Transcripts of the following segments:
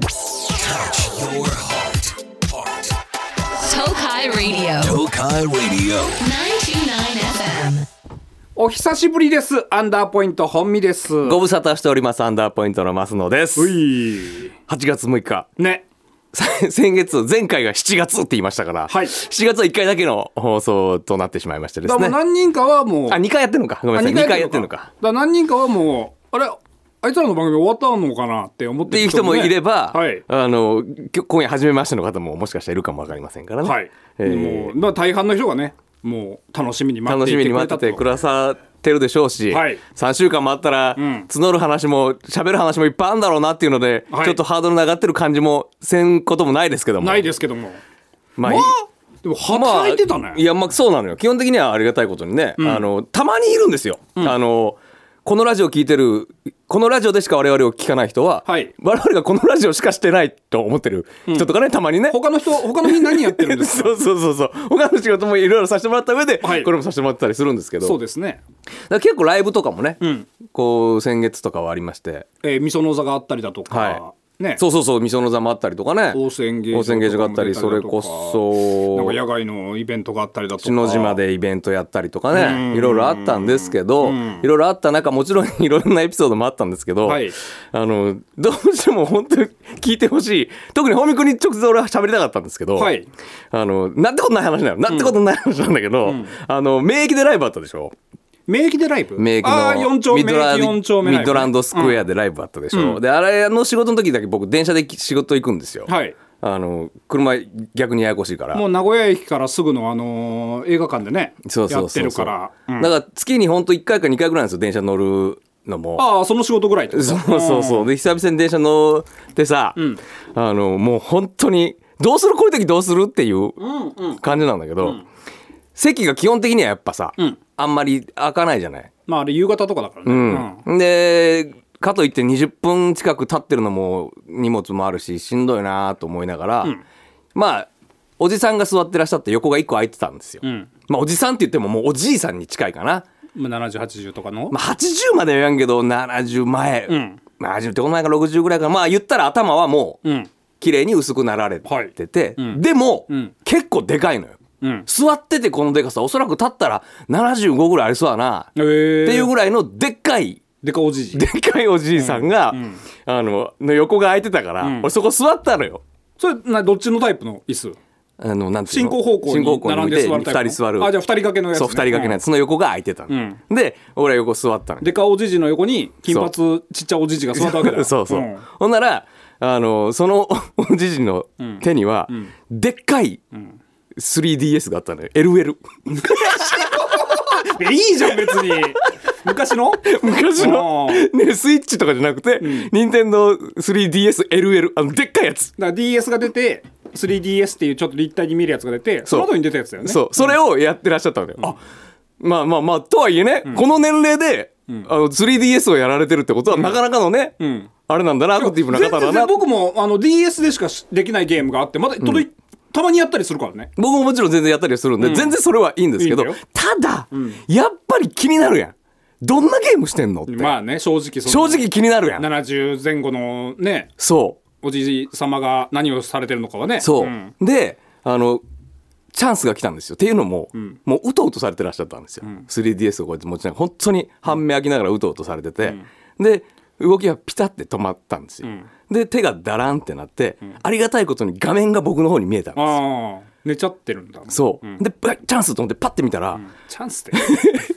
Touch your heart. Heart. Tokai Radio. Tokai Radio. 929 FM. お久しぶりです。アンダーポイント本美です。ご無沙汰しておりますアンダーポイントの増野ですう8い。月6日 ね。さ先月前回が7月って言いましたから、はい7月は1回だけの放送となってしまいましてでだすからねもう何人かはもう。あ2回やってるのかごめんなさい2回やってるのだかから何人かはもう、あれ、あいつらの番組終わったのかなって思っってていうる人もねいれば、はい。あのきょ今夜初めましての方ももしかしたらいるかもわかりませんからね、はい。えーもう、だから大半の人がね、もう楽しみに待っ楽てしいみてにく待れったてとくださってるでしょうし、はい3週間待ったらん募る話も喋る話もいっぱいあるんだろうなっていうので、はいちょっとハードルの上がってる感じもせんこともないですけどもないですけども。まあまあ、でも働いてたね。いやまあそうなのよ基本的にはありがたいことにね、あのたまにいるんですよ、あのこのラジオ聞いてるこのラジオでしか我々を聞かない人は、はい我々がこのラジオしかしてないと思ってる人とかね、たまにね他の人、他の日何やってるんですか そうそうそうそう他の仕事もいろいろさせてもらった上で、はいこれもさせてもらったりするんですけどそうですね。だから結構ライブとかもね、んこう先月とかはありまして、えー、みその座があったりだとかは、ね。そうそうそうみその座もあったりとかね大仙芸大仙芸場があったりそれこなんかそ野外のイベントがあったりだとか篠島でイベントやったりとかうんねいろいろあったんですけどうんいろいろあった中もちろん いろんなエピソードもあったんですけど、はいあのどうしても本当に聞いてほしい特に本見君に直接俺は喋りたかったんですけど、はいあのなんてことない話なのなんてことない話なんだけど、あの免疫でライブあったでしょ名駅でライブ名駅ああの4丁目ミッドラ名駅四丁目ミッドランドスクエア、アでライブあったでしょ、うんであれの仕事の時だけ僕電車で仕事行くんですよ、うんはいあの車逆にややこしいからもう名古屋駅からすぐの、あのー映画館でねそうそうそうやっそてうるから、うんだから月に本当1回か2回ぐらいなんですよ電車乗るのもああその仕事ぐらいってことそうそうそうで久々に電車乗ってさ、んあのもう本当にどうするこういう時どうするっていううんうん感じなんだけど、席が基本的にはやっぱさ、うんあんまり開かないじゃない、まああれ夕方とかだからね、うんうでかといって20分近く立ってるのも荷物もあるししんどいなと思いながら、まあおじさんが座ってらっしゃって横が1個空いてたんですよ、んまあおじさんって言ってももうおじいさんに近いかな、んまあ、7080とかの、まあ、80までは言わんけど70前、うんまあ70ってこの前から60ぐらいからまあ言ったら頭はもううん綺麗に薄くなられてて、うんでも、うん結構でかいのようん座っててこのでかさおそらく立ったら75ぐらいありそうだな、えー、っていうぐらいのでっかいでかおじじでっかいおじいさんが、あのの横が空いてたから、ん俺そこ座ったのよ。それなどっちのタイプの椅子あのなんていう進の行方向進行に方向並ん向いでて座るタイプ2人座るあじゃあ2人掛けのやつ、そうね、 2人掛けのやつ、つ、その横が空いてたの、んで俺は横座ったのでかおじじの横に金髪ちっちゃおじじが座ったわけだよ そうそう、んほんならあのその おじじの手には、でっかい 3DS があったのよ LL いやいいじゃん別に昔の 昔のあー、ね、スイッチとかじゃなくて、任天堂 3DSLL あのでっかいやつだから DS が出て 3DS っていうちょっと立体に見えるやつが出てそそうの後に出たやつだよねそう、それをやってらっしゃったのよ。あまあまあまあ、とはいえね、この年齢で、あの 3DS をやられてるってことは、なかなかのね、んあれなんだな、アクティブな方全だ然な。ね僕僕もあの DS でしかしできないゲームがあってまだ届い、たまにやったりするからねももちろん全然やったりはするんで、全然それはいいんですけど、いいんだよただ、やっぱり気になるやん。どんなゲームしてんのって。まあね正直そ正の直気になるやん。 70前後のねそおじい様が何をされてるのかはねう、そう。んで、あの、チャンスが来たんですよ。っていうのも、もううとうとされてらっしゃったんですよ。3DS をこうやって持ちながら、本当に半目開きながらうとうとされてて、で、動きがピタって止まったんですよ。んで、手がダランってなって、ありがたいことに画面が僕の方に見えたんですよ。ああ寝ちゃってるんだそう。で、ばチャンスと思ってパッて見たら、チャンスで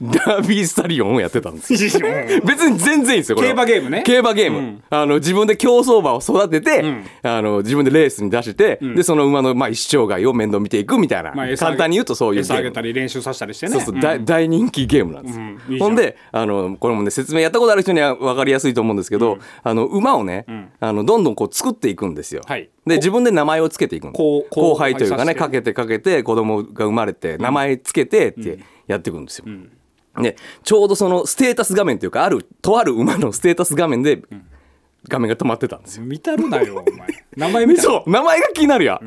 ダービースタリオンをやってたんですよ。うん別に全然いいんですよ、これは競馬ゲームね競馬ゲーム。うんあの、自分で競走馬を育てて、んあの、自分でレースに出して、で、その馬の、まあ、一生涯を面倒見ていくみたいな、まあ餌あげ簡単に言うとそういうゲ餌あーげムた。り練習させたりしてねそうそう、ん大大人気ゲームなんですよ、うんいいじゃんほんであのこれもね説明やったことある人には分かりやすいと思うんですけど、あの馬をね、あのどんどんこう作っていくんですよ、はいで自分で名前をつけていくのこう後こう輩というかね愛さかせてけてかけて子供が生まれて名前つけてってやっていくんですよ、でちょうどそのステータス画面というかあるとある馬のステータス画面で画面が止まってたんですよ、見たるなよお前名前見たるそう名前が気になるや、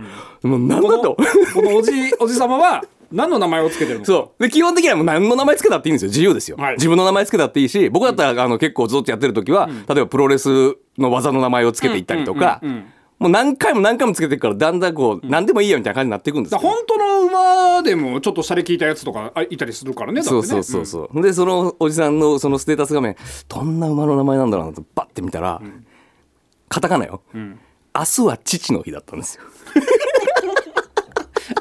もうなんだとこのおじおじ様は何の名前をつけてるのそう。で、基本的にはもう何の名前つけたっていいんですよ。自由ですよ。はい自分の名前つけたっていいし、僕だったら、あの、結構ずっとやってる時は、例えばプロレスの技の名前をつけていったりとか、もう何回も何回もつけていくから、だんだんこう、何でもいいよみたいな感じになっていくんですだよから本当の馬でもちょっと洒落聞いたやつとかあいたりするからねだってそねうそうそうそう、でそのおじさんのそのステータス画面どんな馬の名前なんだろうなとバッて見たら、カタカナよ、明日は父の日だったんですよ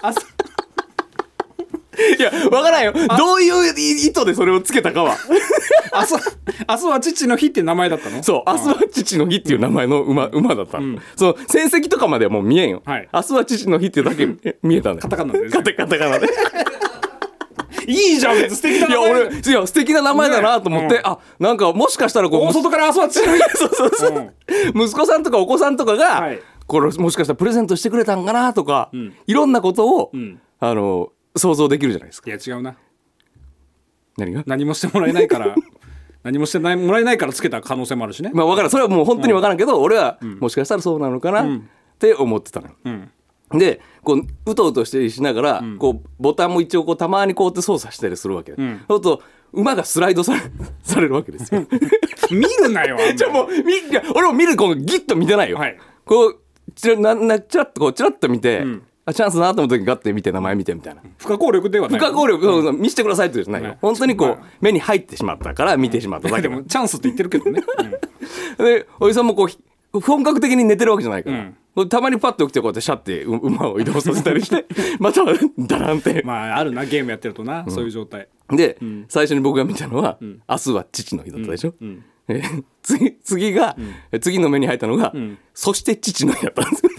あそいやわからんよどういう意図でそれをつけたかは明日明日は父の日って名前だったのそう明日は父の日っていう名前の馬,、馬だったの、その戦績とかまではもう見えんよ、はい明日は父の日ってだけ見えたのよカタカナでねカタカタカナで いいじゃん別に素敵だいや俺いや素敵な名前だなと思って、ねあなんかもしかしたらこう大外から明日は父の日 そうそうそう、息子さんとかお子さんとかが、はいこれもしかしたらプレゼントしてくれたんかなとか、いろんなことを、んあの想像できるじゃないですかいや違うな何が、何もしてもらえないから 何もしてないもらえないからつけた可能性もあるしね、まあ、わからんそれはもう本当に分からんけど、俺はもしかしたらそうなのかなって思ってたのよ、うん、でこううとうとしてしながら、こうボタンも一応こうたまにこうやって操作したりするわけ、んそうすると馬がスライドされされるわけですよ。見るなよあんまりじゃあもうみいや俺も見るこのギッと見てないよ、はいこうちらななちらっとこうちらっと見て、あチャンスだなと思った時ガッて見て名前見てみたいな不可抗力ではな不い可抗力、そうそう見せてくださいって言うじゃないよ、はい本当にこう、まあ目に入ってしまったから見てしまっただけででもチャンスって言ってるけどね、でおじさんもこうひ本格的に寝てるわけじゃないから、うんこうたまにパッと起きてこうやってシャッてう馬を移動させたりして またダランってうん、まああるなゲームやってるとな、そういう状態で、最初に僕が見たのは、明日は父の日だったでしょ、えー次次が、え次の目に入ったのが、そして父の日だったんですよ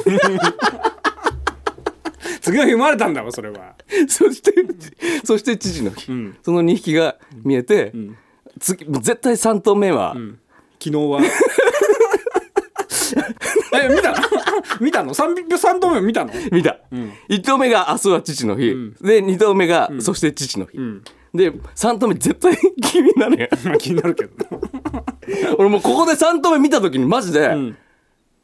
次の日生まれたんだわそれはそしてそして父の日、その2匹が見えて、次絶対3頭目は、昨日は え見たの 見たの三匹三度目見たの 見た、1頭目が明日は父の日、で2頭目が、そして父の日、で3頭目絶対気になるやんまあ気になるけど 俺もうここで3頭目見た時にマジで、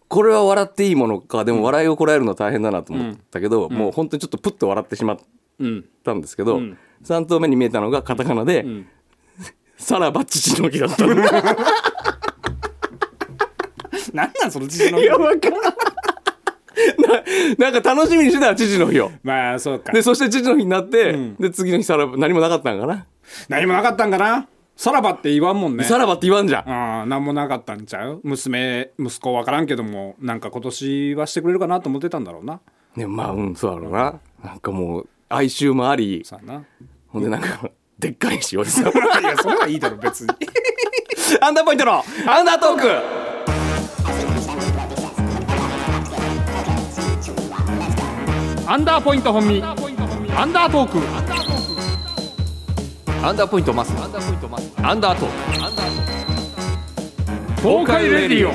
これは笑っていいものかでも笑いをこらえるのは大変だなと思ったけど、もう本当にちょっとプッと笑ってしまったんですけど、3頭目に見えたのがカタカナで「さらば父の日」だったのいなんなんその父のやわからんななんか楽しみにしてたら父の日をまあそうかでそして父の日になって、で次の日さらば何もなかったんかな何もなかったんかなさらばって言わんもんねさらばって言わんじゃんああ何もなかったんちゃう娘息子分からんけどもなんか今年はしてくれるかなと思ってたんだろうなねまあうんそうだろうななんかもう哀愁もありさあなほんでなんかでっかいしおじさんいやそれはいいだろ別にアンダーポイントのアンダートーク アンダーポイント本身アンダートークアンダーポイントマスアンダーポイントマスアンダートーク東海レディオ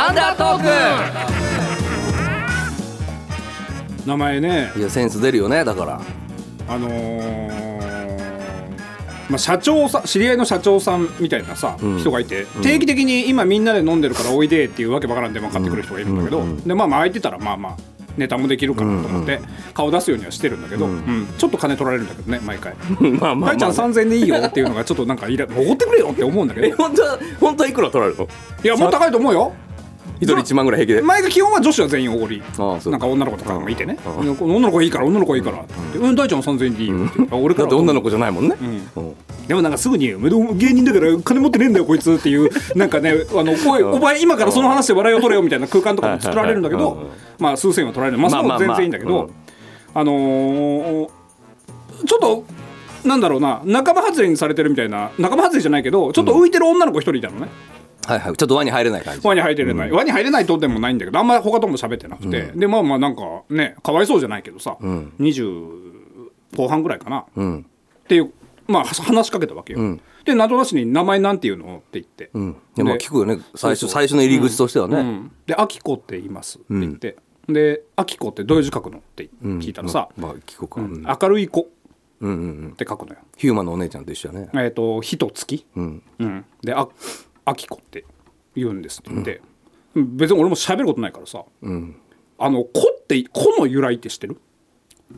アンダートー名前ねクいやセンス出るよねだからあのーまあ、社長さん知り合いの社長さんみたいなさ、人がいて定期的に今みんなで飲んでるからおいでっていうわけばからんで分かってくる人がいるんだけど、でまあまあ空いてたらまあまあネタもできるかなと思って、顔出すようにはしてるんだけど、うんちょっと金取られるんだけどね毎回「まあまあ大ちまゃんあ3000円でいいよ」っていうのがちょっとなんかいら「おごってくれよ」って思うんだけど え本当は本当はいくら取られるのいやもっと高いと思うよ一人1万ぐらい平気で前が基本は女子は全員おごりあそうなんか女の子とかもいてね「女の子いいから女の子いいから」って言ってうん大ちゃん3000円でいいよ」って言ってあ俺かだらって女の子じゃないもんねうんでもなんかすぐに「でも芸人だから金持ってねえんだよこいつ」って いうなんかね「あのおいお前今からその話で笑いを取れよ」みたいな空間とかも作られるんだけはいはいどはいまあ数千円は取られるまあそまあこまあも全然いいんだけどあのーちょっと。なんだろうな仲間外れにされてるみたいな仲間外れじゃないけどちょっと浮いてる女の子一人いたのね、はいはいちょっと輪に入れない感じ輪に入れれない、輪に入れないとでもないんだけどあんまり他とも喋ってなくて、でまあまあなんかねかわいそうじゃないけどさ、20後半ぐらいかな、っていうまあは話しかけたわけよ、で謎なしに「名前なんていうの?」って言って、うんいやまあで聞くよね最そうそう初最初の入り口としてはうねんで「あきこって言います」って言って「であきこってどういう字書くの?」って聞いたらさ「まあ聞くかうん明るい子」って書くのよ、ヒューマンのお姉ちゃんと一緒やねえっ、と火と月、うんであ「あきこ」って言うんですって言って、別に俺も喋ることないからさ、あの「子」って「子」の由来って知ってる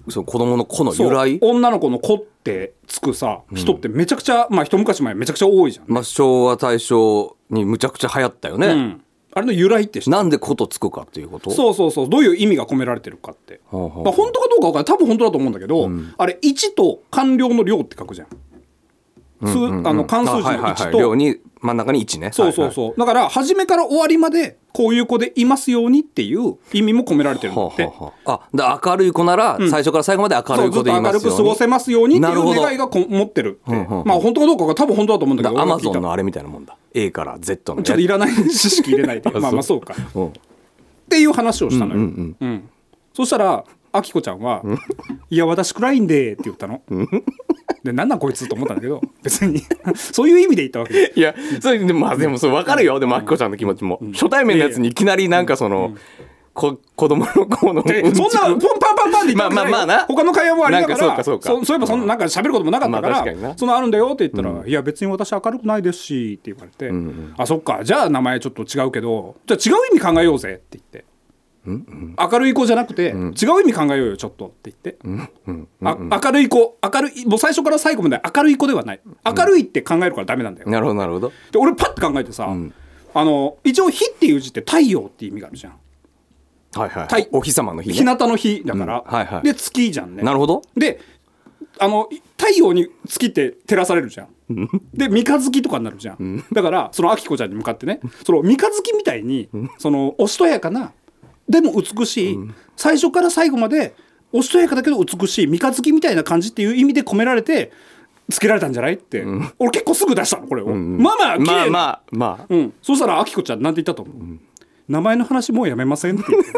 その子供の子のそう由来女の子の子ってつくさ人ってめちゃくちゃ、まあ一昔前めちゃくちゃ多いじゃん、まあ、昭和大正にむちゃくちゃ流行ったよね、うん、あれの由来って知ってるなんで「ことつくかっていうことそうそうそうどういう意味が込められてるかって、ほうほうまあ、本当かどうかわからない多分本当だと思うんだけど、あれ1と官僚の量って書くじゃん,数、あのあ関数字のはいはい1はいと、量に真ん中に1ねそうそうそう、だから初めから終わりまでこういう子でいますようにっていう意味も込められてるんだはってははあだ明るい子なら最初から最後まで明そうるいず子っでとい明ますよるうにく過ごせますようにっていなるほうど願いがこ持ってるってんうんまあ本当かどうかが多分本当だと思うんだけどア俺が聞いマゾたンのあれみたいなもんだ A から Z のやつちょっといらない知識入れ ないでまあまあそうかっていう話をしたのよ、うんそしたらあきこちゃんは「いや私暗いんで」って言ったのでなんなんこいつと思ったんだけど別に そういう意味で言ったわけでいやそれでまあでもそれ分かるよでもあきこちゃんの気持ちも、初対面のやつにいきなりなんかその、こ子供の子のでそんなポンパンパンパンって言ったわけじゃないよまあまあまあな他の会話もありながらなんかそうかそうかそういえばそんななんか喋ることもなかったかまあら、確かになそのあるんだよって言ったら「いや別に私明るくないですし」って言われて「あそっかじゃあ名前ちょっと違うけどじゃあ違う意味考えようぜ」って言って。明るい子じゃなくて、違う意味考えようよちょっとって言って、あ明るい子明るいもう最初から最後まで明るい子ではない明るいって考えるからダメなんだよ、なるほどなるほどで俺パッて考えてさ、あの一応「日」っていう字って太陽っていう意味があるじゃんはいはい、はいお日様の日日ね向の日だから、うんはいはいで月じゃんねなるほどであの太陽に月って照らされるじゃんで三日月とかになるじゃん、だからそのあきこちゃんに向かってねその三日月みたいにそのおしとやかなでも美しい、最初から最後までおしとやかだけど美しい三日月みたいな感じっていう意味で込められてつけられたんじゃないって、俺結構すぐ出したのこれを、まあまあ綺麗まあなまあまあ、うん、そしたらあきこちゃんなんて言ったと思う、名前の話もうやめませんって言って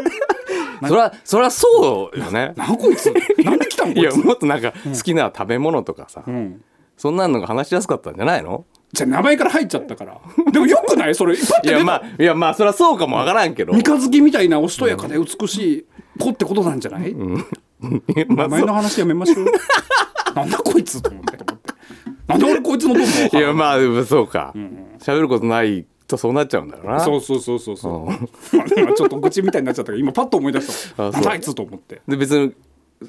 そりゃそりゃそうよねなんこいつなんで来たんこ いいやつもっとなんか好きな食べ物とかさ、んそんなのが話しやすかったんじゃないのじゃあ名前から入っちゃったから でもよくないそれパッいて出やた、まあいやまあそりゃそうかもわからんけど、三日月みたいなおしとやかで美しい子ってことなんじゃない、 まあ名前の話やめましょう なんだこいつと思ってなんで俺こいつのどういもやまあでもそうか喋、ることないとそうなっちゃうんだろうなそうそうそうそうそうまあ今ちょっと愚痴みたいになっちゃったけど今パッと思い出したあそうなんだあいつと思ってで別に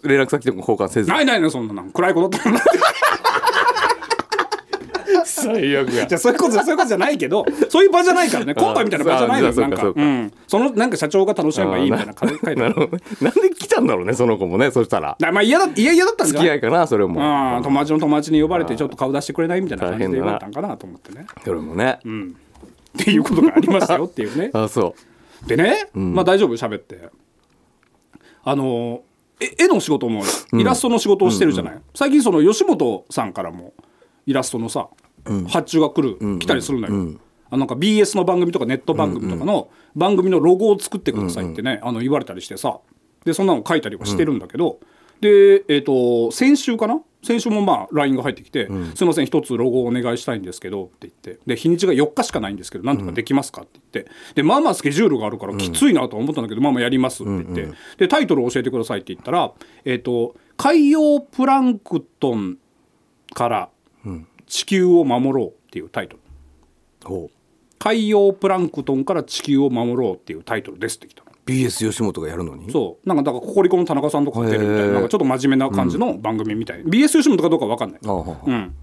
連絡先とか交換せずないないないそんなの暗い子だったら最悪やじゃあそういうことそういうことじゃないけどそういう場じゃないからね今回みたいな場じゃないのよそうなんかかそうかうんそのなんか社長が楽しめばいいみたいな書いてあなるるほどねなんで来たんだろうねその子もねそしたらだまあ嫌だ嫌嫌だったんじ付ゃないき合いかなそれもああ友達の友達に呼ばれてちょっと顔出してくれないみたいな感じで言われたんかなと思ってね。それもっね、ていうことがありましたよって いうね。あそでね、まあ大丈夫喋って。あのえ絵の仕事もイラストの仕事をしてるじゃない、最近その吉本さんからもイラストのさ、発注が来る、来たりするのよ。あなんか BS の番組とかネット番組とかの番組のロゴを作ってくださいってね、あの言われたりしてさでそんなの書いたりはしてるんだけど、で、えっと先週かな先週もまあ LINE が入ってきて「すいません一つロゴをお願いしたいんですけど」って言ってで日にちが4日しかないんですけどなんとかできますかって言ってでまあまあスケジュールがあるからきついなとは思ったんだけど、まあまあやりますって言って、でタイトルを教えてくださいって言ったら「えっと海洋プランクトンから地球を守ろう」っていうタイトル。うほう海洋プランクトンから地球を守ろうっていうタイトルですってきたの BS 吉本がやるのにそうなんかだからココリコの田中さんとかが出るみたいへなーなんかちょっと真面目な感じの番組みたいな、BS 吉本かどうかわかんない、ああああうん、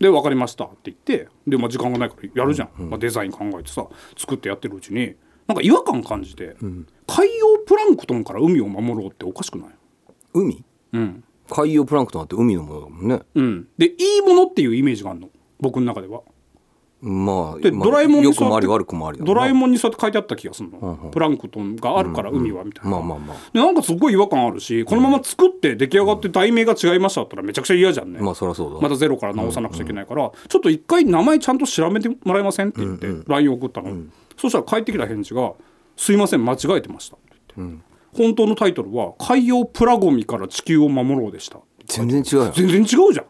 で分かりましたって言ってで、まあ、時間がないからやるじゃん、まあ、デザイン考えてさ作ってやってるうちになんか違和感感じて、海洋プランクトンから海を守ろうっておかしくない海うん、海洋プランクトンだって海のものだもんね、うん、でいいものっていうイメージがあるの僕の中では。まあでまあドラえもん良にくそうもやあってり悪くもありだドラえんもんにそうやって書いてあった気がするの、プランクトンがあるから海はみたいな、まあまあまあでなんかすごい違和感あるしこのまま作って出来上がって題名が違いましただったらめちゃくちゃ嫌じゃんね、なまあそりゃそうだまたゼロから直さなくちゃいけないから、ちょっと一回名前ちゃんと調べてもらえませんって言って LINE 送ったの、そしたら返ってきた返事が「すいません間違えてました」って言って、本当のタイトルは「海洋プラゴミから地球を守ろう」でした全然違うよ全然違うじゃん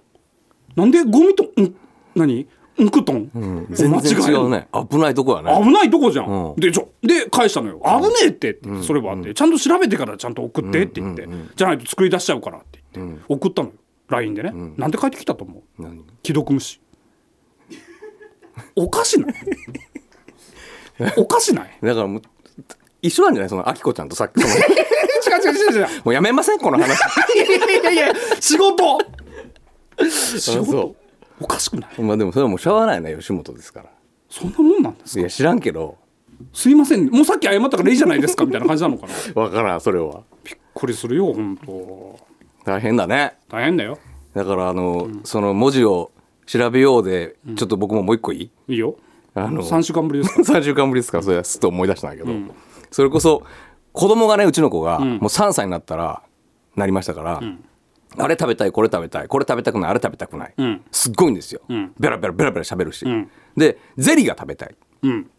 なんでゴミとん何んくとん、全然違間違えう ね危ないとこやね危ないとこじゃん、うんでちょで返したのよ「危ねえって」って言ってそれはあって、ちゃんと調べてからちゃんと送ってって言って、じゃないと作り出しちゃうからって言って、送ったのよ LINE でね、なんで返ってきたと思う何既読無視 おかしないおかしないだからもう一緒なんじゃないその、あきこちゃんとさっき、その違う違う 違う違うもうやめませんこの 話。いやいやいや仕事仕事おかしくないまあでもそれはもうしゃあないな、吉本ですから。そんなもんなんですいや、知らんけど、すいませんもうさっき謝ったからいいじゃないですかみたいな感じなのかなわからん、それは。これするよ本当大変だね。大変だよだから、あの、その文字を調べようで、ちょっと僕ももう一個いいいいよあの3週間ぶりです から3週間ぶりですからそれはすっと思い出したんだけど、それこそ子供がねうちの子がもう3歳になったらなりましたから、あれ食べたいこれ食べたいこれ食べたくないあれ食べたくない、んすっごいんですよ、んベラベラベラベラ喋るし、んでゼリーが食べたいうん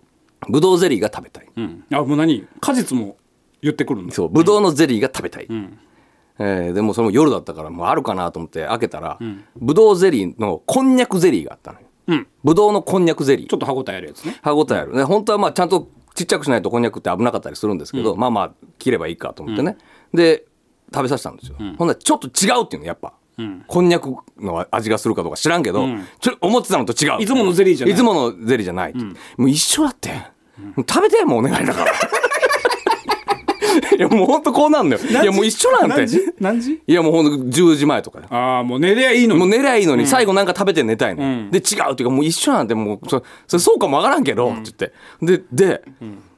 ブドウゼリーが食べたい、うんあもう何果実も言ってくるんだそうブドウのゼリーが食べたい、んえーでもそれも夜だったからもうあるかなと思って開けたら、ブドウゼリーのこんにゃくゼリーがあったのよ、うんブドウのこんにゃくゼリーちょっと歯応えあるやつね歯応えある、ね、本当はまあちゃんとちっちゃくしないとこんにゃくって危なかったりするんですけど、まあまあ切ればいいかと思ってね、で食べさせたんですよ、ほんならちょっと違うっていうのやっぱ、んこんにゃくの味がするかどうか知らんけど、んちょ思ってたのと違ういつものゼリーじゃないいつものゼリーじゃないって、もう一緒だって、食べてもうお願いだから いやもうほんとこうなんだよいやもう一緒なんて何時何時いやもうほんと10時前とかよああもう寝りゃいいのもうに寝りゃいいのに、最後なんか食べて寝たいの、んで違うっていうかもう一緒なんてもうそそそうかもわからんけど、って言ってでで、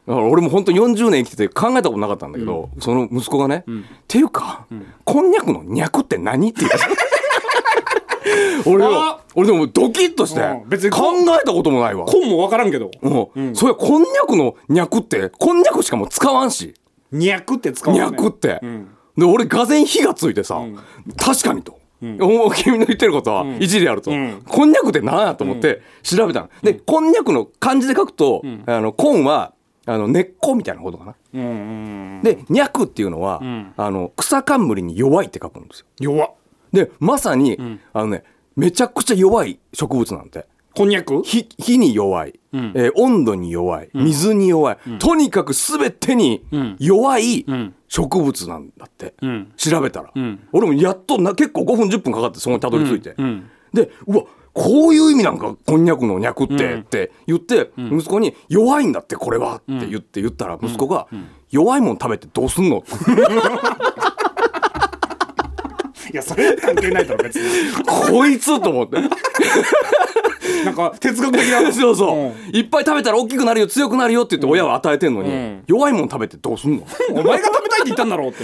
だから俺も本当に40年生きてて考えたことなかったんだけど、その息子がね、っていうか、こんにゃくのにゃくって何 って言う俺あは俺でもドキッとしてうん別に考えたこともないわこんもわからんけどもうそれこんにゃくのにゃくってこんにゃくしかもう使わんしにゃくって使うにのゃねくって、んで俺がぜん火がついてさ、確かにと、おお君の言ってることは一理あると、んこんにゃくって何やと思って調べたの、でこんにゃくの漢字で書くと、あのコンはあの根っこみたいなことかな、うんうんでにゃくっていうのは、あの草冠に弱いって書くんですよ弱っでまさに、あのねめちゃくちゃ弱い植物なんてこんにゃく火火に弱い、んえー温度に弱い水に弱い、とにかく全てにん弱いん植物なんだって、ん調べたら、ん俺もやっとな結構5分10分かかってそこにたどり着いて、うんうんでうわこういう意味なんかこんにゃくのにゃくって、うんって言って、息子に「弱いんだってこれは」って言って言ったら息子が「弱いもん食べてどうすんの?」 いやそれは関係ないだろ別 にこいつ!」と思って。なんか哲学的なそうそう、うんいっぱい食べたら大きくなるよ強くなるよって言って親は与えてんのに、うん弱いもん食べてどうすんの お前が食べたいって言ったんだろうって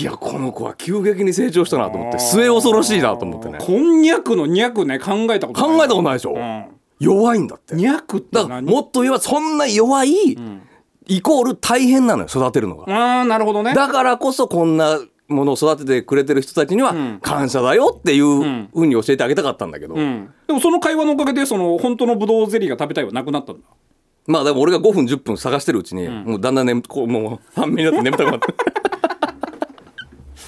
いやこの子は急激に成長したなと思って末恐ろしいなと思ってね考こんにゃくのにゃくね考えたことないえたことないでしょ、うん弱いんだってにゃくってだから何もっと言えばそんな弱い、イコール大変なのよ育てるのが、ああなるほどねだからこそこんなものを育ててくれてる人たちには感謝だよっていうふうに教えてあげたかったんだけど、うん、でもその会話のおかげでその本当のブドウゼリーが食べたいはなくなったんだまあでも俺が5分10分探してるうちに、もうだんだん眠こうもう半目になって眠たくなって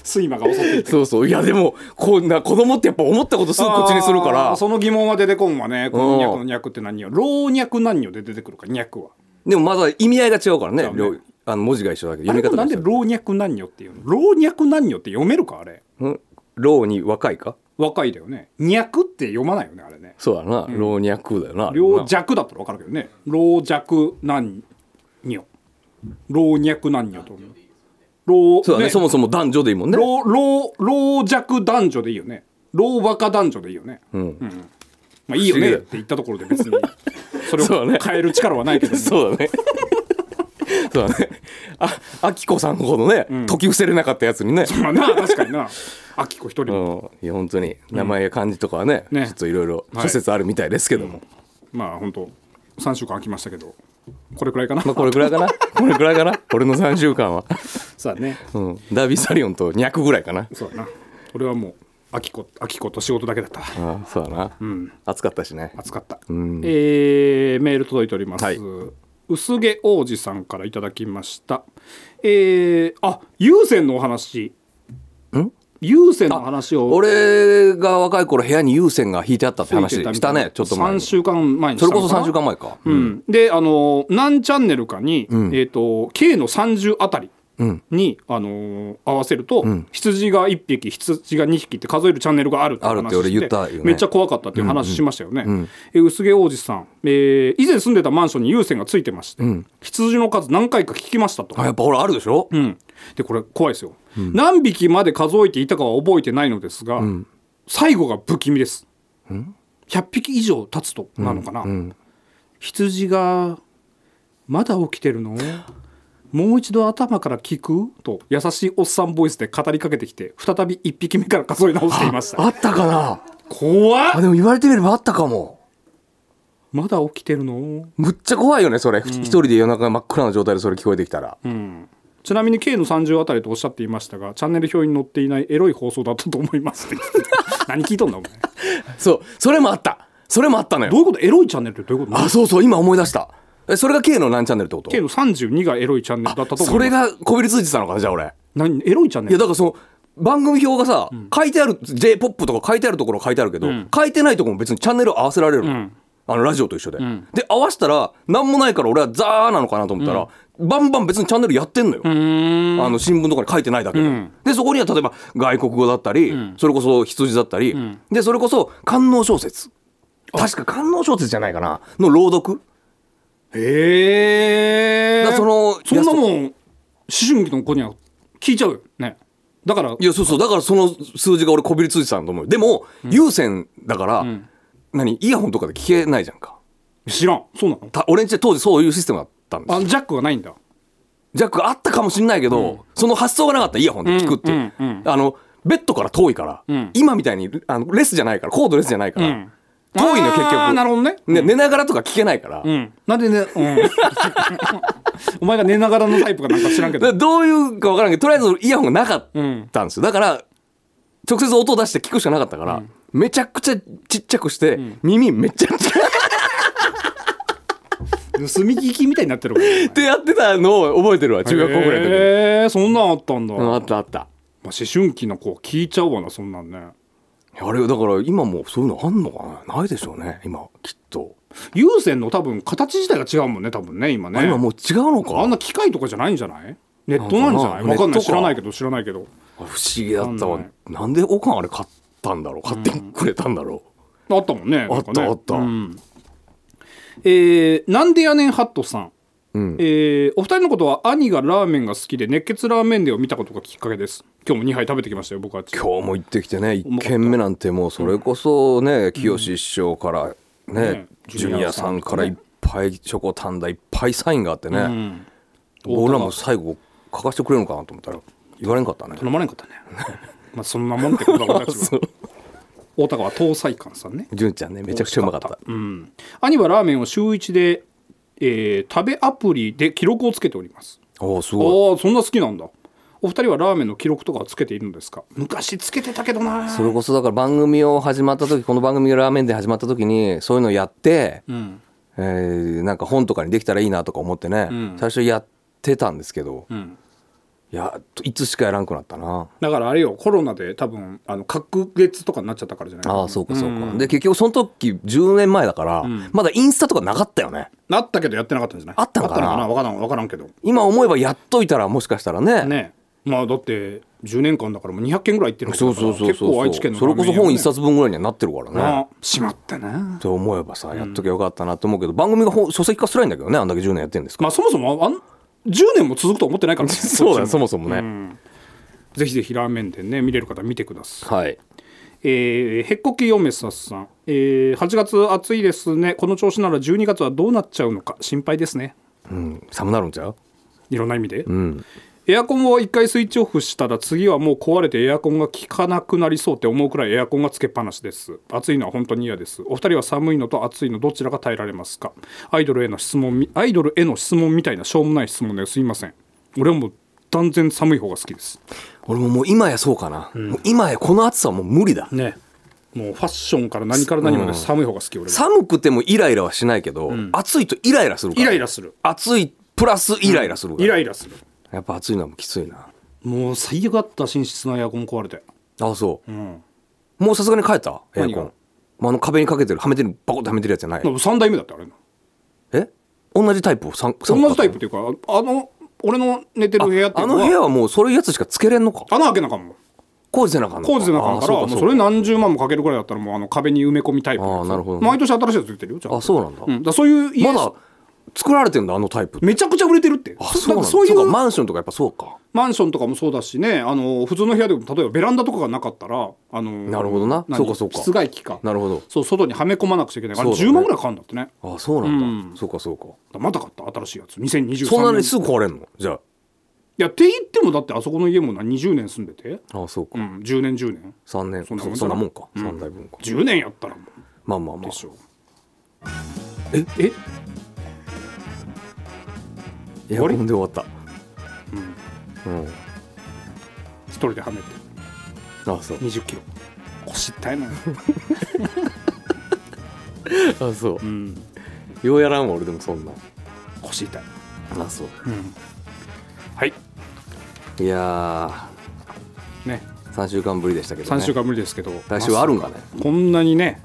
睡魔が襲ってきてそうそういやでもこんな子供ってやっぱ思ったことすぐ口にするからあーその疑問は出てこんわねこうのんにゃくのにゃくって何よ老若男女で出てくるかにゃくはでもまだ意味合いが違うからねうね両あの文字が一緒だけどあれ読もなみ方がん一で緒だけど老若男女っていうの老若男女って読めるかあれうん老に若いか若いだよねにゃくって読まないよねあれねそうだな、老若だよな老あれな若だったら分かるけどね老若男女老若男女と思う老そうだねねそもそも男女でいいもんね老老老若男女でいいよね老若男女でいいよね、んうんまあいいよねって言ったところで 別にそれそうをだね変える力はないけども そうだねそうだねああきこさんほどね、解き伏せれなかったやつにね まあな確かになあきこ一う人、ん、いや本当に名前や漢字とかはね,、ねちょっといろいろ諸説あるみたいですけども、まあ本当三週間空きましたけどこれくらいかな、まあこれぐらい かなこれぐらいかな俺の3週間は、そうだねうん、ダービーサリオンと200ぐらいかなそうだな俺はもうあきこあきこと仕事だけだったああそうだな、暑かったしね暑かった、んえーメール届いております、はい薄毛王子さんからいただきましたえー、あ優先のお話優先の話を俺が若い頃部屋に有線が引いてあったって話ついてたみしたたいなねちょっと前3にそ週間前にれこそ3週間前、前か、うん、であの何チャンネルかに、えっ、と K の30あたりに、あのー合わせると、羊が1匹羊が2匹って数えるチャンネルがあるって話してあるって俺言ったよねめっちゃ怖かったっていう話しましたよね、え薄毛王子さん、えー以前住んでたマンションに有線がついてまして、羊の数何回か聞きましたとあやっぱほらあるでしょ、うん、でこれ怖いですよ、何匹まで数えていたかは覚えてないのですが、最後が不気味です、100匹以上経つとなのかな、羊が「まだ起きてるのもう一度頭から聞く?」と優しいおっさんボイスで語りかけてきて再び1匹目から数え直していま したあったかな怖あっでも言われてみればあったかもまだ起きてるのむっちゃ怖いよねそれ、一人で夜中真っ暗な状態でそれ聞こえてきたら、ちなみに K の30あたりとおっしゃっていましたがチャンネル表に載っていないエロい放送だったと思います何聞いとんだお前そうそれもあったそれもあったのよどういうことエロいチャンネルってどういうことあそうそう今思い出したえそれが K の何チャンネルってこと K の32がエロいチャンネルだったと思うそれがこびりついてたのかなじゃあ俺何エロいチャンネいやルだからその番組表がさ、書いてある j p o p とか書いてあるところは書いてあるけど、書いてないところも別にチャンネル合わせられるの,、あのラジオと一緒で、で合わせたら何もないから俺はザーなのかなと思ったら、バンバン別にチャンネルやってんのよ、あの新聞とかに書いてないだけで,、でそこには例えば外国語だったり、それこそ羊だったり、でそれこそ官能小説確か官能小説じゃないかなの朗読へえだからそのそんなもん思春期の子には聞いちゃうよねだからいやそうそうだからその数字が俺こびりついてたんだと思うよでも、有線だから、何イヤホンとかで聞けないじゃんか知らんそうなのた俺んちで当時そういうシステムだったんですあよジャックがないんだジャックあったかもしれないけど、その発想がなかったイヤホンで聞くっていう、うんうあのベッドから遠いから、今みたいにあのレスじゃないからコードレスじゃないから、ん遠いの結あー局なるほどねね寝ながらとか聞けないから、うんなんでねうん お前が寝ながらのタイプかなんか知らんけでどどういうか分からんけどとりあえずイヤホンがなかったんですよだから直接音を出して聞くしかなかったから、めちゃくちゃちっちゃくして、耳めっちゃちっちゃ盗み聞きみたいになってるからお前ってやってたのを覚えてるわ中学校ぐらいの時、へえそんなんあったんだ、うんまあ、あったあった思春期の子は聞いちゃうわなそんなんねあれだから今もそういうのあんのかなないでしょうね今きっと、有線の多分形自体が違うもんね多分ね今ねあ今もう違うのかあんな機械とかじゃないんじゃないネットなんじゃないなんわかかなんないネットか知らないけど知らないけど不思議だったわわかんなんでオカンあれ買ったんだろう買ってくれたんだろあったもんねう、なあんっかたねあった、えーなんでやねんハットさん、えーお二人のことは兄がラーメンが好きで熱血ラーメンデーを見たことがきっかけです今日も2杯食べてきましたよ僕は今日も行ってきてね1軒目なんてもうそれこそね清志師匠からねねジュニアさんからいっぱいチョコタンダいっぱいサインがあってね俺らも最後書かせてくれるのかなと思ったら言われんかったね頼まれんかったね まあそんなもんってこと は俺たちは大高は東西館さんね純ちゃんねめちゃくちゃうまかったうん、兄はラーメンを週1で、えー食べアプリで記録をつけておりますおおすああごいそんな好きなんだお二人はラーメンの記録とかはつけているのですか昔つけてたけどなそれこそだから番組を始まった時この番組がラーメンで始まった時にそういうのやって、うんえーなんか本とかにできたらいいなとか思ってね、ん最初やってたんですけど、んいやいつしかやらんくなったなだからあれよコロナで多分あの隔月とかになっちゃったからじゃないああそうかそうか、で結局その時10年前だから、まだインスタとかなかったよねなったけどやってなかったんじゃないあったのかな分からん分からんけど今思えばやっといたらもしかしたらねねまあだって10年間だからもう200件ぐらい行ってるわけそだうからそうそうそう結構愛知県のそれこそ本一ラー冊分ぐらいにはなってるかメらン屋ねねあしまったなって思えばさやっときゃよかったなと思うけど、番組が本書籍化すらいんだけどねあんだけ10年やってるんですかまあそもそもあん10年も続くとは思ってないからね そうだよそもそもね、ぜひぜひラーメン店ね見れる方見てください。はいえーへっこき嫁さっさん、えー8月暑いですねこの調子なら12月はどうなっちゃうのか心配ですねうん、寒なるんちゃういろんな意味で、エアコンを1回スイッチオフしたら次はもう壊れてエアコンが効かなくなりそうって思うくらいエアコンがつけっぱなしです暑いのは本当に嫌ですお二人は寒いのと暑いのどちらが耐えられますかアイドルへの質問みアイドルへの質問みたいなしょうもない質問ですいません俺はもう断然寒い方が好きです俺ももう今やそうかな、もう今やこの暑さはもう無理だ、ねもうファッションから何から何まで寒い方が好き、俺は寒くてもイライラはしないけど、暑いとイライラするからイライラする暑いプラスイライラするから、イライラするやっぱ暑いのはもうきついなもう最悪だった寝室のエアコン壊れてあそう、もうさすがに帰ったエア何コがン、まあ、あの壁にかけてるはめてるバコッとはめてるやつじゃない、 3代目だってあれえ同じタイプを三同じタイプっていうかあの俺の寝てる部屋っていあうののは部屋はもうそういうやつしかつけれんのか穴開けなあかんもん工事せなあかんのか工事せなあかんからあもうーそれ何十万もかけるぐらいだったらもうあの壁に埋め込みタイプのやつあーなるほど毎年新しいやつ売ってるよちゃんとあそうなんだ、うん、だからそういう家まだ作られてんだあのタイプってめちゃくちゃ売れてるってあそそうなんだそういそううかマンションとかやっぱそうかマンションとかもそうだしねあの普通の部屋でも例えばベランダとかがなかったらあのなるほどな何そうかそうか室外機かなるほどそう外にはめ込まなくちゃいけないから、そうだね10万ぐらいかかるんだってねだかあそうなんだ、そうかそうからまた買った新しいやつ2023年そんなにすぐ壊れんのじゃいやって言ってもだってあそこの家もな20年住んでて、ああそうか、うん、10年10年三年そんそなもんだそんなもんか、うん三代分か10年やったらもまあまあまうあでしょええエアコンで終わったうん、一人ではめて あそ2う0キロ腰痛 いな、あそううん、ようやらんわ俺でもそんな腰痛い、あそううん、はいいやねー3週間ぶりでしたけどね3週間無理ですけど来週はあるんかねこんなにね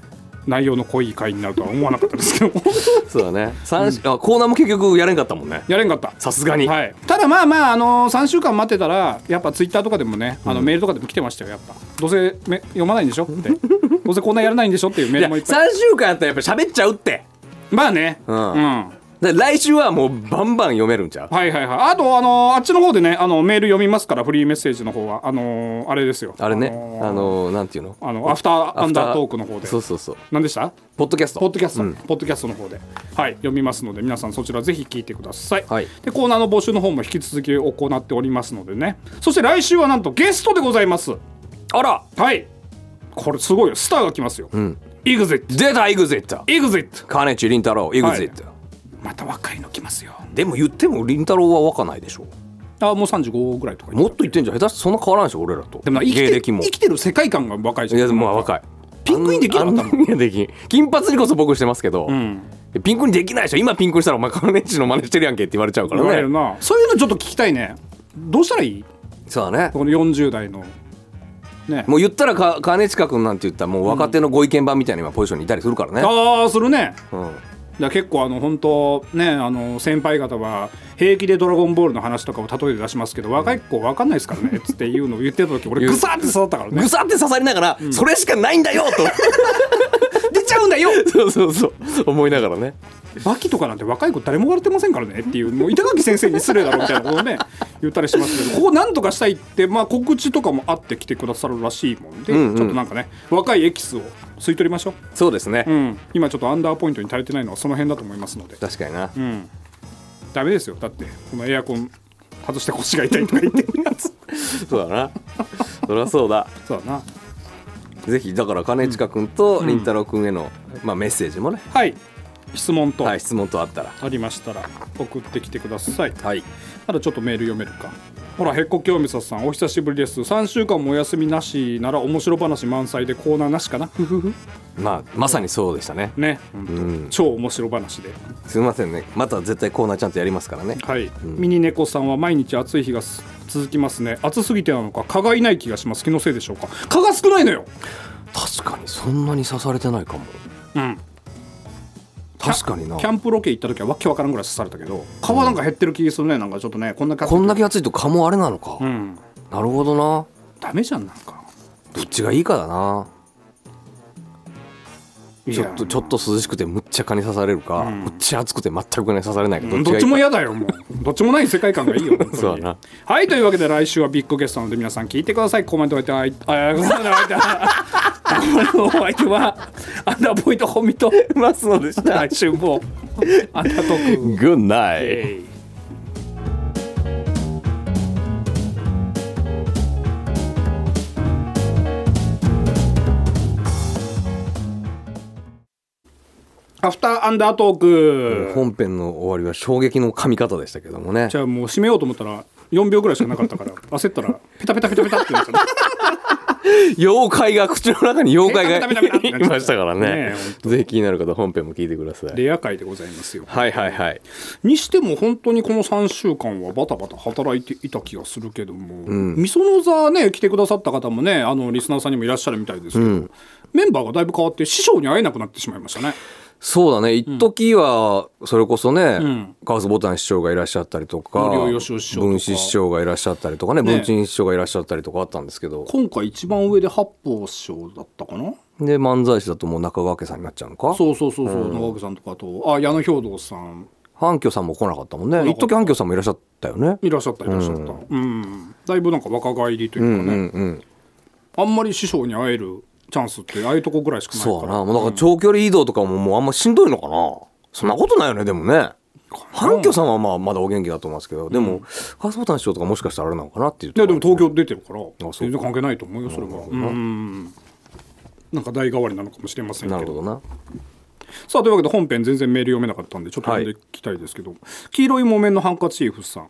内容の濃い回になるとは思わなかったですけどそうだね三週あコーナーも結局やれんかったもんねやれんかったさすがに、はい、ただまあまあ、あの3週間待ってたらやっぱツイッターとかでもねあのメールとかでも来てましたよやっぱどうせめ読まないんでしょって どうせこんなやらないんでしょっていうメーいルやもい3っぱい週間やったらやっぱ喋っちゃうってまあねうんうんだから来週はもうバンバン読めるんちゃうはいはいはいあとあのあっちの方でねあのメール読みますからフリーメッセージの方はあのあれですよあれね、ーあのーなんていうのあのアフターアンダートークの方でそうそうそう何でしたポッドキャストポッドキャスト、うんポッドキャストの方で、はい、読みますので皆さんそちらぜひ聞いてください、はいでコーナーの募集の方も引き続き行っておりますのでねそして来週はなんとゲストでございますあらはいこれすごいよスターが来ますよ、んイグゼット出たエグゼットイグゼット金地凛太郎エグゼット、また若いの来ますよでも言っても凛太郎は若ないでしょあもう35ぐらいとかもっと言ってんじゃん下手してそんな変わらないでしょ俺らとでもな生き芸て歴も生きてる世界観が若いじゃんいやでもまあ若いピンクインできるあん頭いやできん金髪にこそ僕してますけど、ピンクにできないでしょ今ピンクにしたらお前金地の真似してるやんけって言われちゃうか言われらるねなそういうのちょっと聞きたいねどうしたらいいそうだねこの40代のねもう言ったらか金近君なんて言ったらもう若手のご意見番みたいな今ポジションにいたりするからね、ああするねうんだから結構あの本当ねあの先輩方は平気で「ドラゴンボール」の話とかを例えて出しますけど若い子分かんないですからねつっていうのを言ってた時俺言うグサーって刺さったからねぐさって刺さりながら、それしかないんだよと 出ちゃうんだよそうそうそう思いながらねバキとかなんて若い子誰も笑ってませんからねっていうもう板垣先生に失礼だろみたいなことを ね言ったりしますけどここなんとかしたいってまあ告知とかもあって来てくださるらしいもんで、うんうんちょっとなんかね若いエキスを吸い取りましょそうですね、う、うん、今ちょっとアンダーポイントに足りてないのはその辺だと思いますので確かにな、 うんダメですよだってこのエアコン外して腰が痛いとか 言ってるやつそうだなそりゃそうだそうだなぜひだから金近君と凛太郎君への、まあ、メッセージもね、はい質問とはあい、質問とあったらりましたら送ってきてください、はいまだちょっとメール読めるかほらへっこ京美里さんお久しぶりです3週間もお休みなしなら面白話満載でコーナーなしかなふふふまあまさにそうでしたねね、本当ん超面白話ですみませんねまた絶対コーナーちゃんとやりますからねはい、ミニ猫さんは毎日暑い日がす続きますね暑すぎてなのか蚊がいない気がします気のせいでしょうか蚊が少ないのよ確かにそんなに刺されてないかもうん確かになキャンプロケ行った時はわけわからんぐらい刺されたけど蚊はなんか減ってる気するねなんかちょっとねこんな蚊こんだけ暑いと蚊もあれなのか、うんなるほどなダメじゃんなんかどっちがいいかだないやちょっとちょっと涼しくてむっちゃ蚊に刺されるか、むっちゃ暑くて全く蚊に刺されないかどどっっちちがいいもか嫌だよもうどっちもない世界観がいいよ本当にそうだなはいというわけで来週はビッグゲストなので皆さん聞いてくださいコメントをいただいてあごめんなさいこのお相手はアンダーポイント本見とますのでし来週もアンダートーク Good night えいアフターアンダートーク、本編の終わりは衝撃の噛み方でしたけどもねじゃあもう締めようと思ったら4秒ぐらいしかなかったから 焦ったらペタペタペタペタってなっちゃった妖怪が口の中に妖怪がダメダメダメいましたからねえねぜひ気になる方本編も聞いてくださいレア回でございますよはいはいはいにしても本当にこの3週間はバタバタ働いていた気がするけども、みその座ね来てくださった方もねあのリスナーさんにもいらっしゃるみたいですけど、メンバーがだいぶ変わって師匠に会えなくなってしまいましたねそうだね一時はそれこそね、んカウスボタン師匠がいらっしゃったりとか森尾芳生師匠とか文枝師匠がいらっしゃったりとかねね文鎮師匠がいらっしゃったりとかあったんですけど今回一番上で八方師匠だったかなで漫才師だともう中川家さんになっちゃうのかそうそうそうそう、長岡さんとかあとあ矢野兵道さん反響さんも来なかったもんねなか一った時反響さんもいらっしゃったよねいらっしゃったいらっしゃった、うんだいぶなんか若返りというかね、あんまり師匠に会えるチャンスってああいうとこぐらいしかないからそうだなもうだから長距離移動とかももうあんましんどいのかなそんなことないよねでもね反響さんはまあまだお元気だと思いますけどでもカウスボタン師匠とかもしかしたらあれなのかなっていういとやこでろも東京出てるからあそう全然関係ないと思うよそれはうんなんか代替わりなのかもしれませんなけるほどどなさあというわけで本編全然メール読めなかったんでちょっと読んでいきたいですけど、黄色い木綿のハンカチーフさん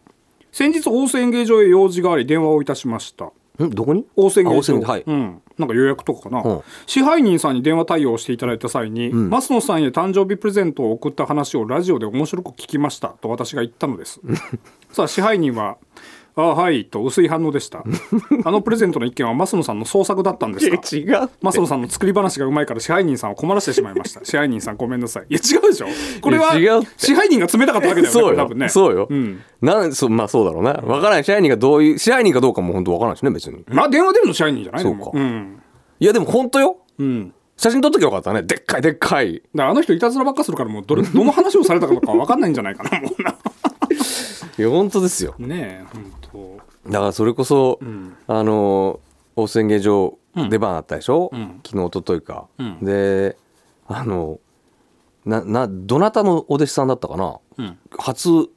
先日大瀬演芸場へ用事があり電話をいたしましたんどこに大瀬芸あ場大仙芸はいうん、なんか予約とかかな、うん支配人さんに電話対応していただいた際に、増野さんへ誕生日プレゼントを送った話をラジオで面白く聞きましたと私が言ったの ですさあ支配人は「ああはい」と薄い反応でした あのプレゼントの一件は増野さんの創作だったんですかえ違うって増野さんの作り話がうまいから支配人さんを困らせてしまいました 支配人さんごめんなさいいや違うでしょこれはいや違うって支配人が冷たかったわけだよねそこうれ多よ、分ねそうよ、んなんそまあそうだろうね分からない支配人がどういう支配人かどうかも本当分からないしね別にまあ電話出るの支配人じゃないそうかんいやでも本当ようん写真撮っときゃよかったねでっかいでっかいだからあの人いたずらばっかするからもうどれどの話をされたかとか分かんないんじゃないかなもう ないや本当ですよねえ本だからそれこそ、あの大仙芸場出番あったでしょ、昨日一昨日か、であのななどなたのお弟子さんだったかな、ん初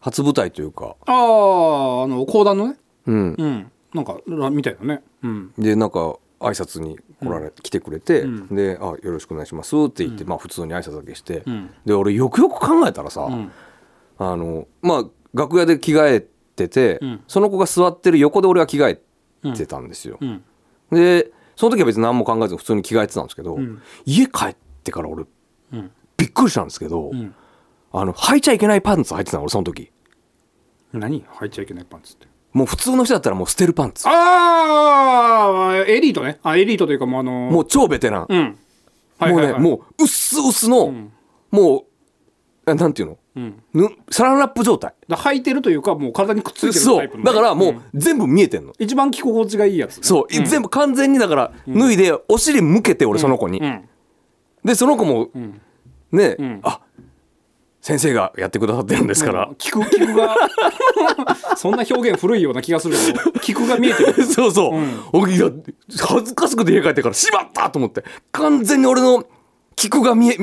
初舞台というか、当あああの講談のねうん、うんなんからみたいなねうんでなんか挨拶に来られ、来てくれて、であ「よろしくお願いします」って言って、まあ、普通に挨拶だけして、んで俺よくよく考えたらさ、んあのまあ楽屋で着替えてて、んその子が座ってる横で俺は着替えてたんですよ。んでその時は別に何も考えず普通に着替えてたんですけど、家帰ってから俺、びっくりしたんですけど、んあの履いちゃいけないパンツ履いてたの俺その時何履いちゃいけないパンツってもう普通の人だったらもう捨てるパンツああエリートねあエリートというかもうあのもう超ベテラン、うんはいもうはいね、はいもう、うっすうすの、もう、あなんていうの、ぬサランラップ状態。だから履いてるというかもう体にくっついてるそタイうプの。ねだからもう、ん全部見えてんの。一番着心地がいいやつねそう、全部完全にだから、脱いで、お尻向けて、俺、その子に。うんで、その子も、ね、あ先生がやってくださってるんですから。聞く聞くが そんな表現古いような気がするけど聞くが見えてる そうそう、俺いや恥ずかしくて家帰ってから「しまった!」と思って完全に俺の菊が見え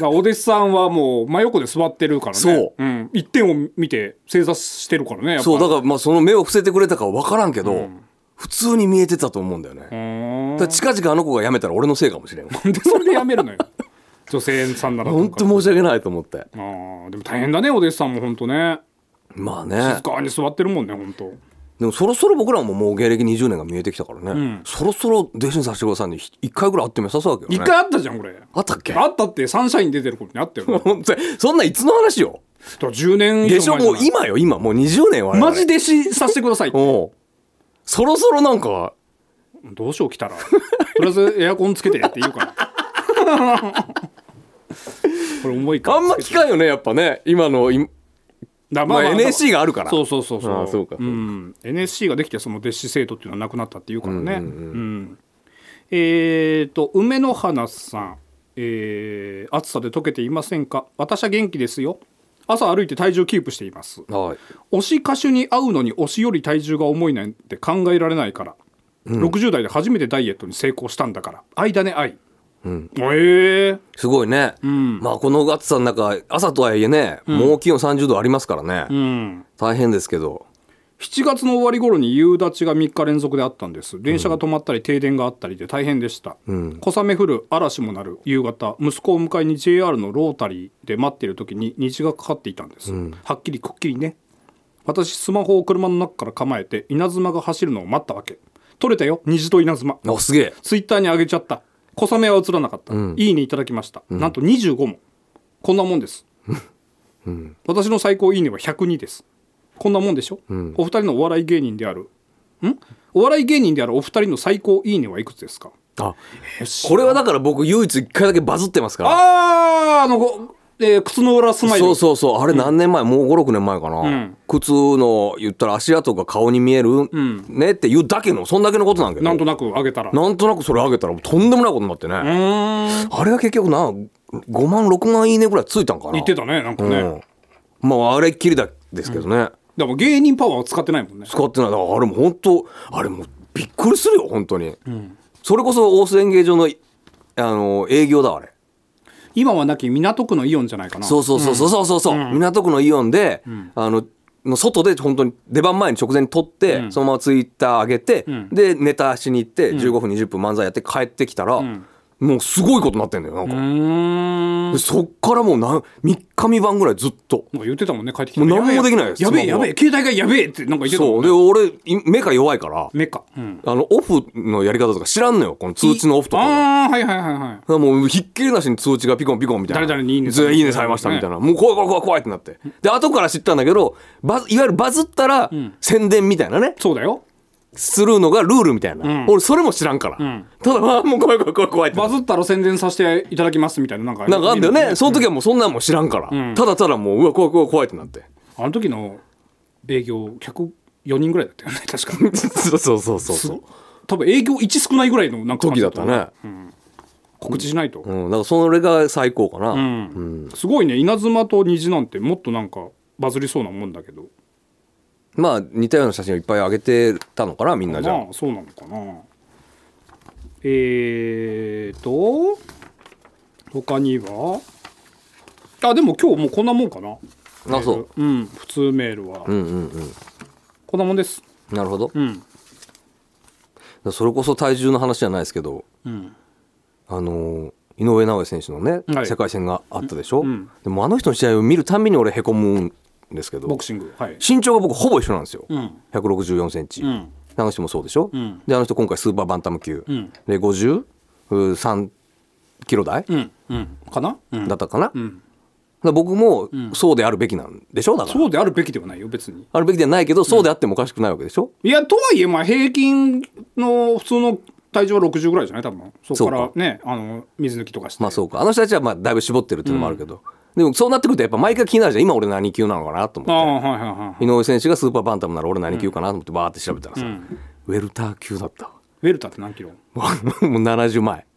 がお弟子さんはもう真横で座ってるからね、そうん一点を見て正座してるからねやっぱそうだからまあその目を伏せてくれたかは分からんけど、普通に見えてたと思うんだよね、うーんだから近々あの子が辞めたら俺のせいかも しれんなんでそれでやめるのよ女性さんならとか本当申し訳ないと思ってあーでも大変だねお弟子さんも本当ねまあね側に座ってるもんね本当でもそろそろ僕らももう芸歴20年が見えてきたからね、そろそろ弟子にさせてくださいねひ一回ぐらい会ってみさすわけよね一回あったじゃんこれあったっけ あったってサンシャイン出てることにあったよ、ね、だか本当にそんないつの話よら10年以でし上ょ前じゃもなうい今よ今もう20年はマジ弟子させてくださいおそろそろなんかどうしよう来たらとりあえずエアコンつけてって言うから これ重いかあんま聞かんよねやっぱね今のいだまあ NSC があるからそうそうそうそあうあそうかそうかん、NSC ができてその弟子制度っていうのはなくなったっていうからね、うんえっ、と梅の花さん、えー暑さで溶けていませんか私は元気ですよ朝歩いて体重キープしていますはい推し歌手に会うのに推しより体重が重いなんて考えられないから、60代で初めてダイエットに成功したんだから愛だね愛、うん、ええすごいね、まあこの暑さの中朝とはいえね、もう気温30度ありますからね、うん大変ですけど7月の終わり頃に夕立が3日連続であったんです電車が止まったり停電があったりで大変でした、小雨降る嵐もなる夕方息子を迎えに JR のロータリーで待っている時に虹がかかっていたんです、はっきりくっきりね私スマホを車の中から構えて稲妻が走るのを待ったわけ取れたよ虹と稲妻あすげえツイッターに上げちゃった小雨は映らなかった、いいねいただきました、なんと25もこんなもん です、私の最高いいねは102ですこんなもんでしょ、お二人のお笑い芸人であるんお笑い芸人であるお二人の最高いいねはいくつですかあこれはだから僕唯一一回だけバズってますかあらーあのご、えー靴の裏スマイルそうそうそうあれ何年前、もう56年前かな、ん靴の言ったら足跡が顔に見える、ねっていうだけのそんだけのことなんだけどなんとなく上げたらなんとなくそれ上げたらとんでもないことになってね、うーんあれは結局な5万6万いいねぐらいついたんかな言ってたねなんかね、うん、まああれっきりだですけどね、でも芸人パワーを使ってないもんね使ってないだからあれも本当あれもうびっくりするよ本当に、それこそ大須演芸場のあの営業だあれ今はなき港区のイオンじゃないかなそうそうそうそうそうそうそう、港区のイオンで、あのの外で本当に出番前に直前に撮って、そのままツイッター上げて、でネタしに行って15分20分漫才やって帰ってきたら、もうすごいことになってんだよなんか、うーんでそっからもう何3日三晩ぐらいずっとなんか言ってたもんね帰ってきてもう何もできないですやべえスマやホはべえ携帯がやべえってなんか言ってたそもうんねで俺い目が弱いからメカ、うん、あのオフのやり方とか知らんのよこの通知のオフとかがああはいはいはいはいだからもうひっきりなしに通知がピコンピコンみたいな誰々にいいねずっといいねされましたみたいな、もう怖い怖い怖い怖いってなってで後から知ったんだけどバズいわゆるバズったら宣伝みたいなね、そうだよするのがルールみたいな、ん俺それも知らんから、んただあーもう怖い怖い怖い怖いってバなってズったら宣伝させていただきますみたいななんかなんかあんだよ見ねるのその時はもうそんなんも知らんから、うんただただもううわ怖い怖い怖いってなって あの時の営業客4人ぐらいだっ たよね確かそうそうそうそうそう多分営業1少ないぐらいのなんか感時じだったね、告知しないと、うん、だからそれが最高かな、すごいね稲妻と虹なんてもっとなんかバズりそうなもんだけどまあ似たような写真をいっぱい上げてたのかなみんなじゃあまあそうなのかなえーと他にはあでも今日もうこんなもんかなあそううん普通メールは、ううんうんうんこんなもんですなるほど、うんそれこそ体重の話じゃないですけど、んあのー井上尚弥選手のね、はい世界戦があったでしょ、んでもあの人の試合を見るたんびに俺へこむんですけどボクシングはい身長が僕ほぼ一緒なんですよ、うん1 6 4センチ、うんあの人もそうでしょ、んであの人今回スーパーバンタム級、んで53キロ台、うんうんかな、うんだったかな、んだから僕もそうであるべきなんでしょだから、そうであるべきではないよ別にあるべきではないけどそうであってもおかしくないわけでしょ、いやとはいえまあ平均の普通の体重は60ぐらいじゃない多分そこかそらうねあの水抜きとかしてまあそうかあの人たちはまあだいぶ絞ってるっていうのもあるけど、でもそうなってくるとやっぱ毎回気になるじゃん今俺何級なのかなとあ思っあはいはいはいはいて井上選手がスーパーバンタムなら俺何級かなと思ってバーって調べたらさ、ウェルター級だったわウェルターって何キロもう70前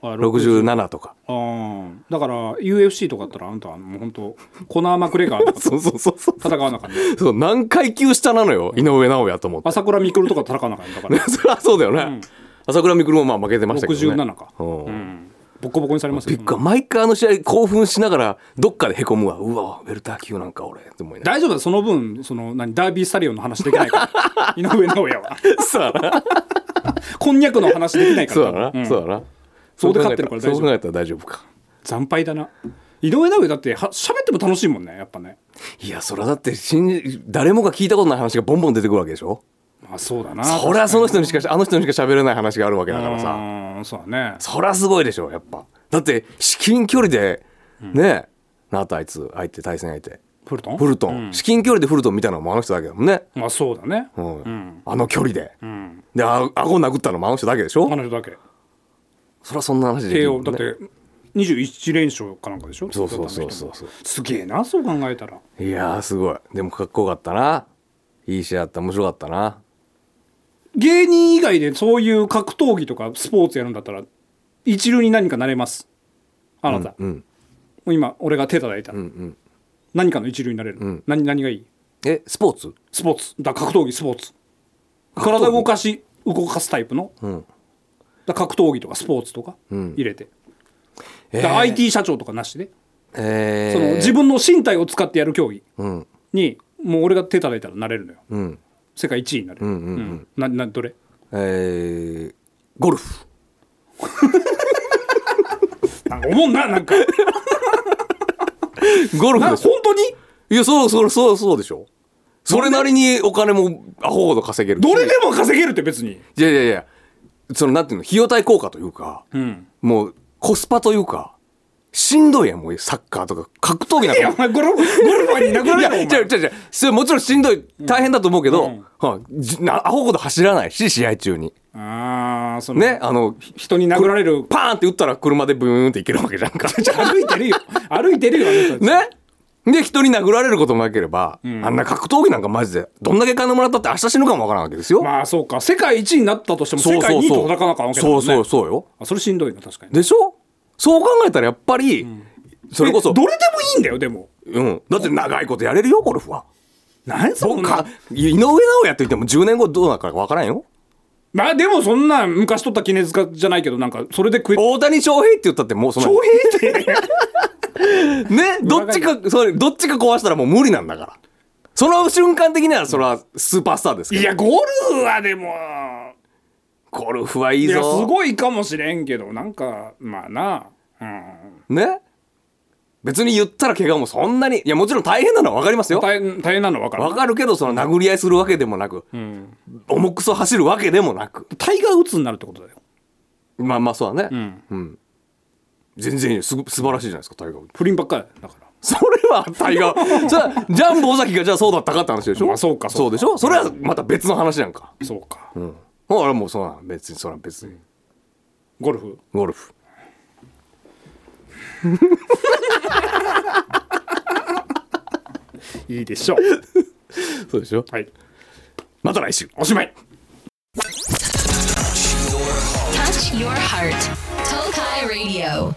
あ67とかああだから UFC とかだったらあんたはもう本当コナー・マクレガーとか そうそうそうそう戦わなあかんねそう何階級下なのよ井上尚弥と思って朝倉未来とか戦わなあかんねだから そりゃそうだよね、朝倉未来もまあ負けてましたけど、ね、 67かうんうんボコボコにされますびよっくり毎回あの試合興奮しながらどっかでへこむわうわウェルター級なんか俺って思いながら大丈夫だその分その何ダービースタリオンの話できないから 井上尚弥はそうだ な。こんにゃくの話できないかそうだらな。うんそうだな。そうで勝ってるから大丈夫そう考えたら大丈夫か。惨敗だな井上尚弥だっては喋っても楽しいもんねやっぱねいや、それはだって信じ、誰もが聞いたことない話がボンボン出てくるわけでしょ。まあそうだなそりゃその人にしか、あの人にしか喋れない話があるわけだからさ。うんそうだねそりゃすごいでしょ、やっぱ。だって、至近距離で、ね、なたあいつ、相手、対戦相手。フルトンフルトン。至近距離でフルトン見たのもあの人だけだもんね。まあそうだねううんん。あの距離で。うんで、あ顎殴ったのもあの人だけでしょ彼。女だけそりゃそんな話でき慶る応もんねだって21連勝かなんかでしょそうそうそうそうそうすげえなそう考えたらいやーすごいでもかっこよかったないい試合だった面白かったな芸人以外でそういう格闘技とかスポーツやるんだったら一流に何かなれますあなた、うんもう今俺が手叩いた、うんうん何かの一流になれる、ん何何がいいえスポーツスポーツだから格闘技スポーツ体動かし動かすタイプの、んだから格闘技とかスポーツとか入れて、えーだから IT 社長とかなしで、えー、その自分の身体を使ってやる競技うんにもう俺が手叩いたらなれるのようん世界一位になれる、うんうんうんななどれえー、ゴルフなんか思うななん かゴルな本フでしょ当にいやそうそうそうそうでしょそれなりにお金もアホほど稼げるしどれでも稼げるって別にいやいやいやそのなんていうの費用対効果というか、うんもうコスパというかしんどいやんもうサッカーとか格闘技なんいやかお前ゴルフゴルファーにいなくなるいよやお前違う違う違うそれもちろんしんどい大変だと思うけど、はいじなアホほど走らないし試合中にああそのねあの人に殴られるパーンって打ったら車でブーンっていけるわけじゃんか 歩いてるよ歩いてるよあの人たちねで人に殴られることもなければ、あんな格闘技なんかマジでどんだけ金もらったって明日死ぬかもわからんわけですよ、まあそうか世界一になったとしてもそ世う界そう2位そとう戦わなきゃいけないそもうんねそうそうよあそれしんどいな確かにでしょそう考えたらやっぱり、それこそどれでもいいんだよでもうん、だって長いことやれるよゴルフは何そん僕なか井上尚弥って言っても10年後どうなるか分からんよまあでもそんな昔取った絹塚じゃないけどなんかそれで食え大谷翔平って言ったってもうその翔平ってねどっちかそれどっちか壊したらもう無理なんだからその瞬間的にはそれはスーパースターですけいどやゴルフはでもゴルフはいいいぞやすごいかもしれんけどなんかまあなうんね別に言ったら怪我もそんなにいやもちろん大変なのは分かりますよ大変大変なの分かる分かるけどその殴り合いするわけでもなく、重くそ走るわけでもなくタイガー・ウッズになるってことだよまあまあそうだねうん、全然いいよすご素晴らしいじゃないですかタイガーウッズ不倫ばっかりだからそれはタイガーそれはジャンボ尾崎がじゃあそうだったかって話でしょ、まあそうかそうでしょそれはまた別の話なんかそうか、ほらもうそうなん別にそれは別にゴルフゴルフいいでしょうそうでしょはいまた来週おしまい Touch your heart. Tokai Radio.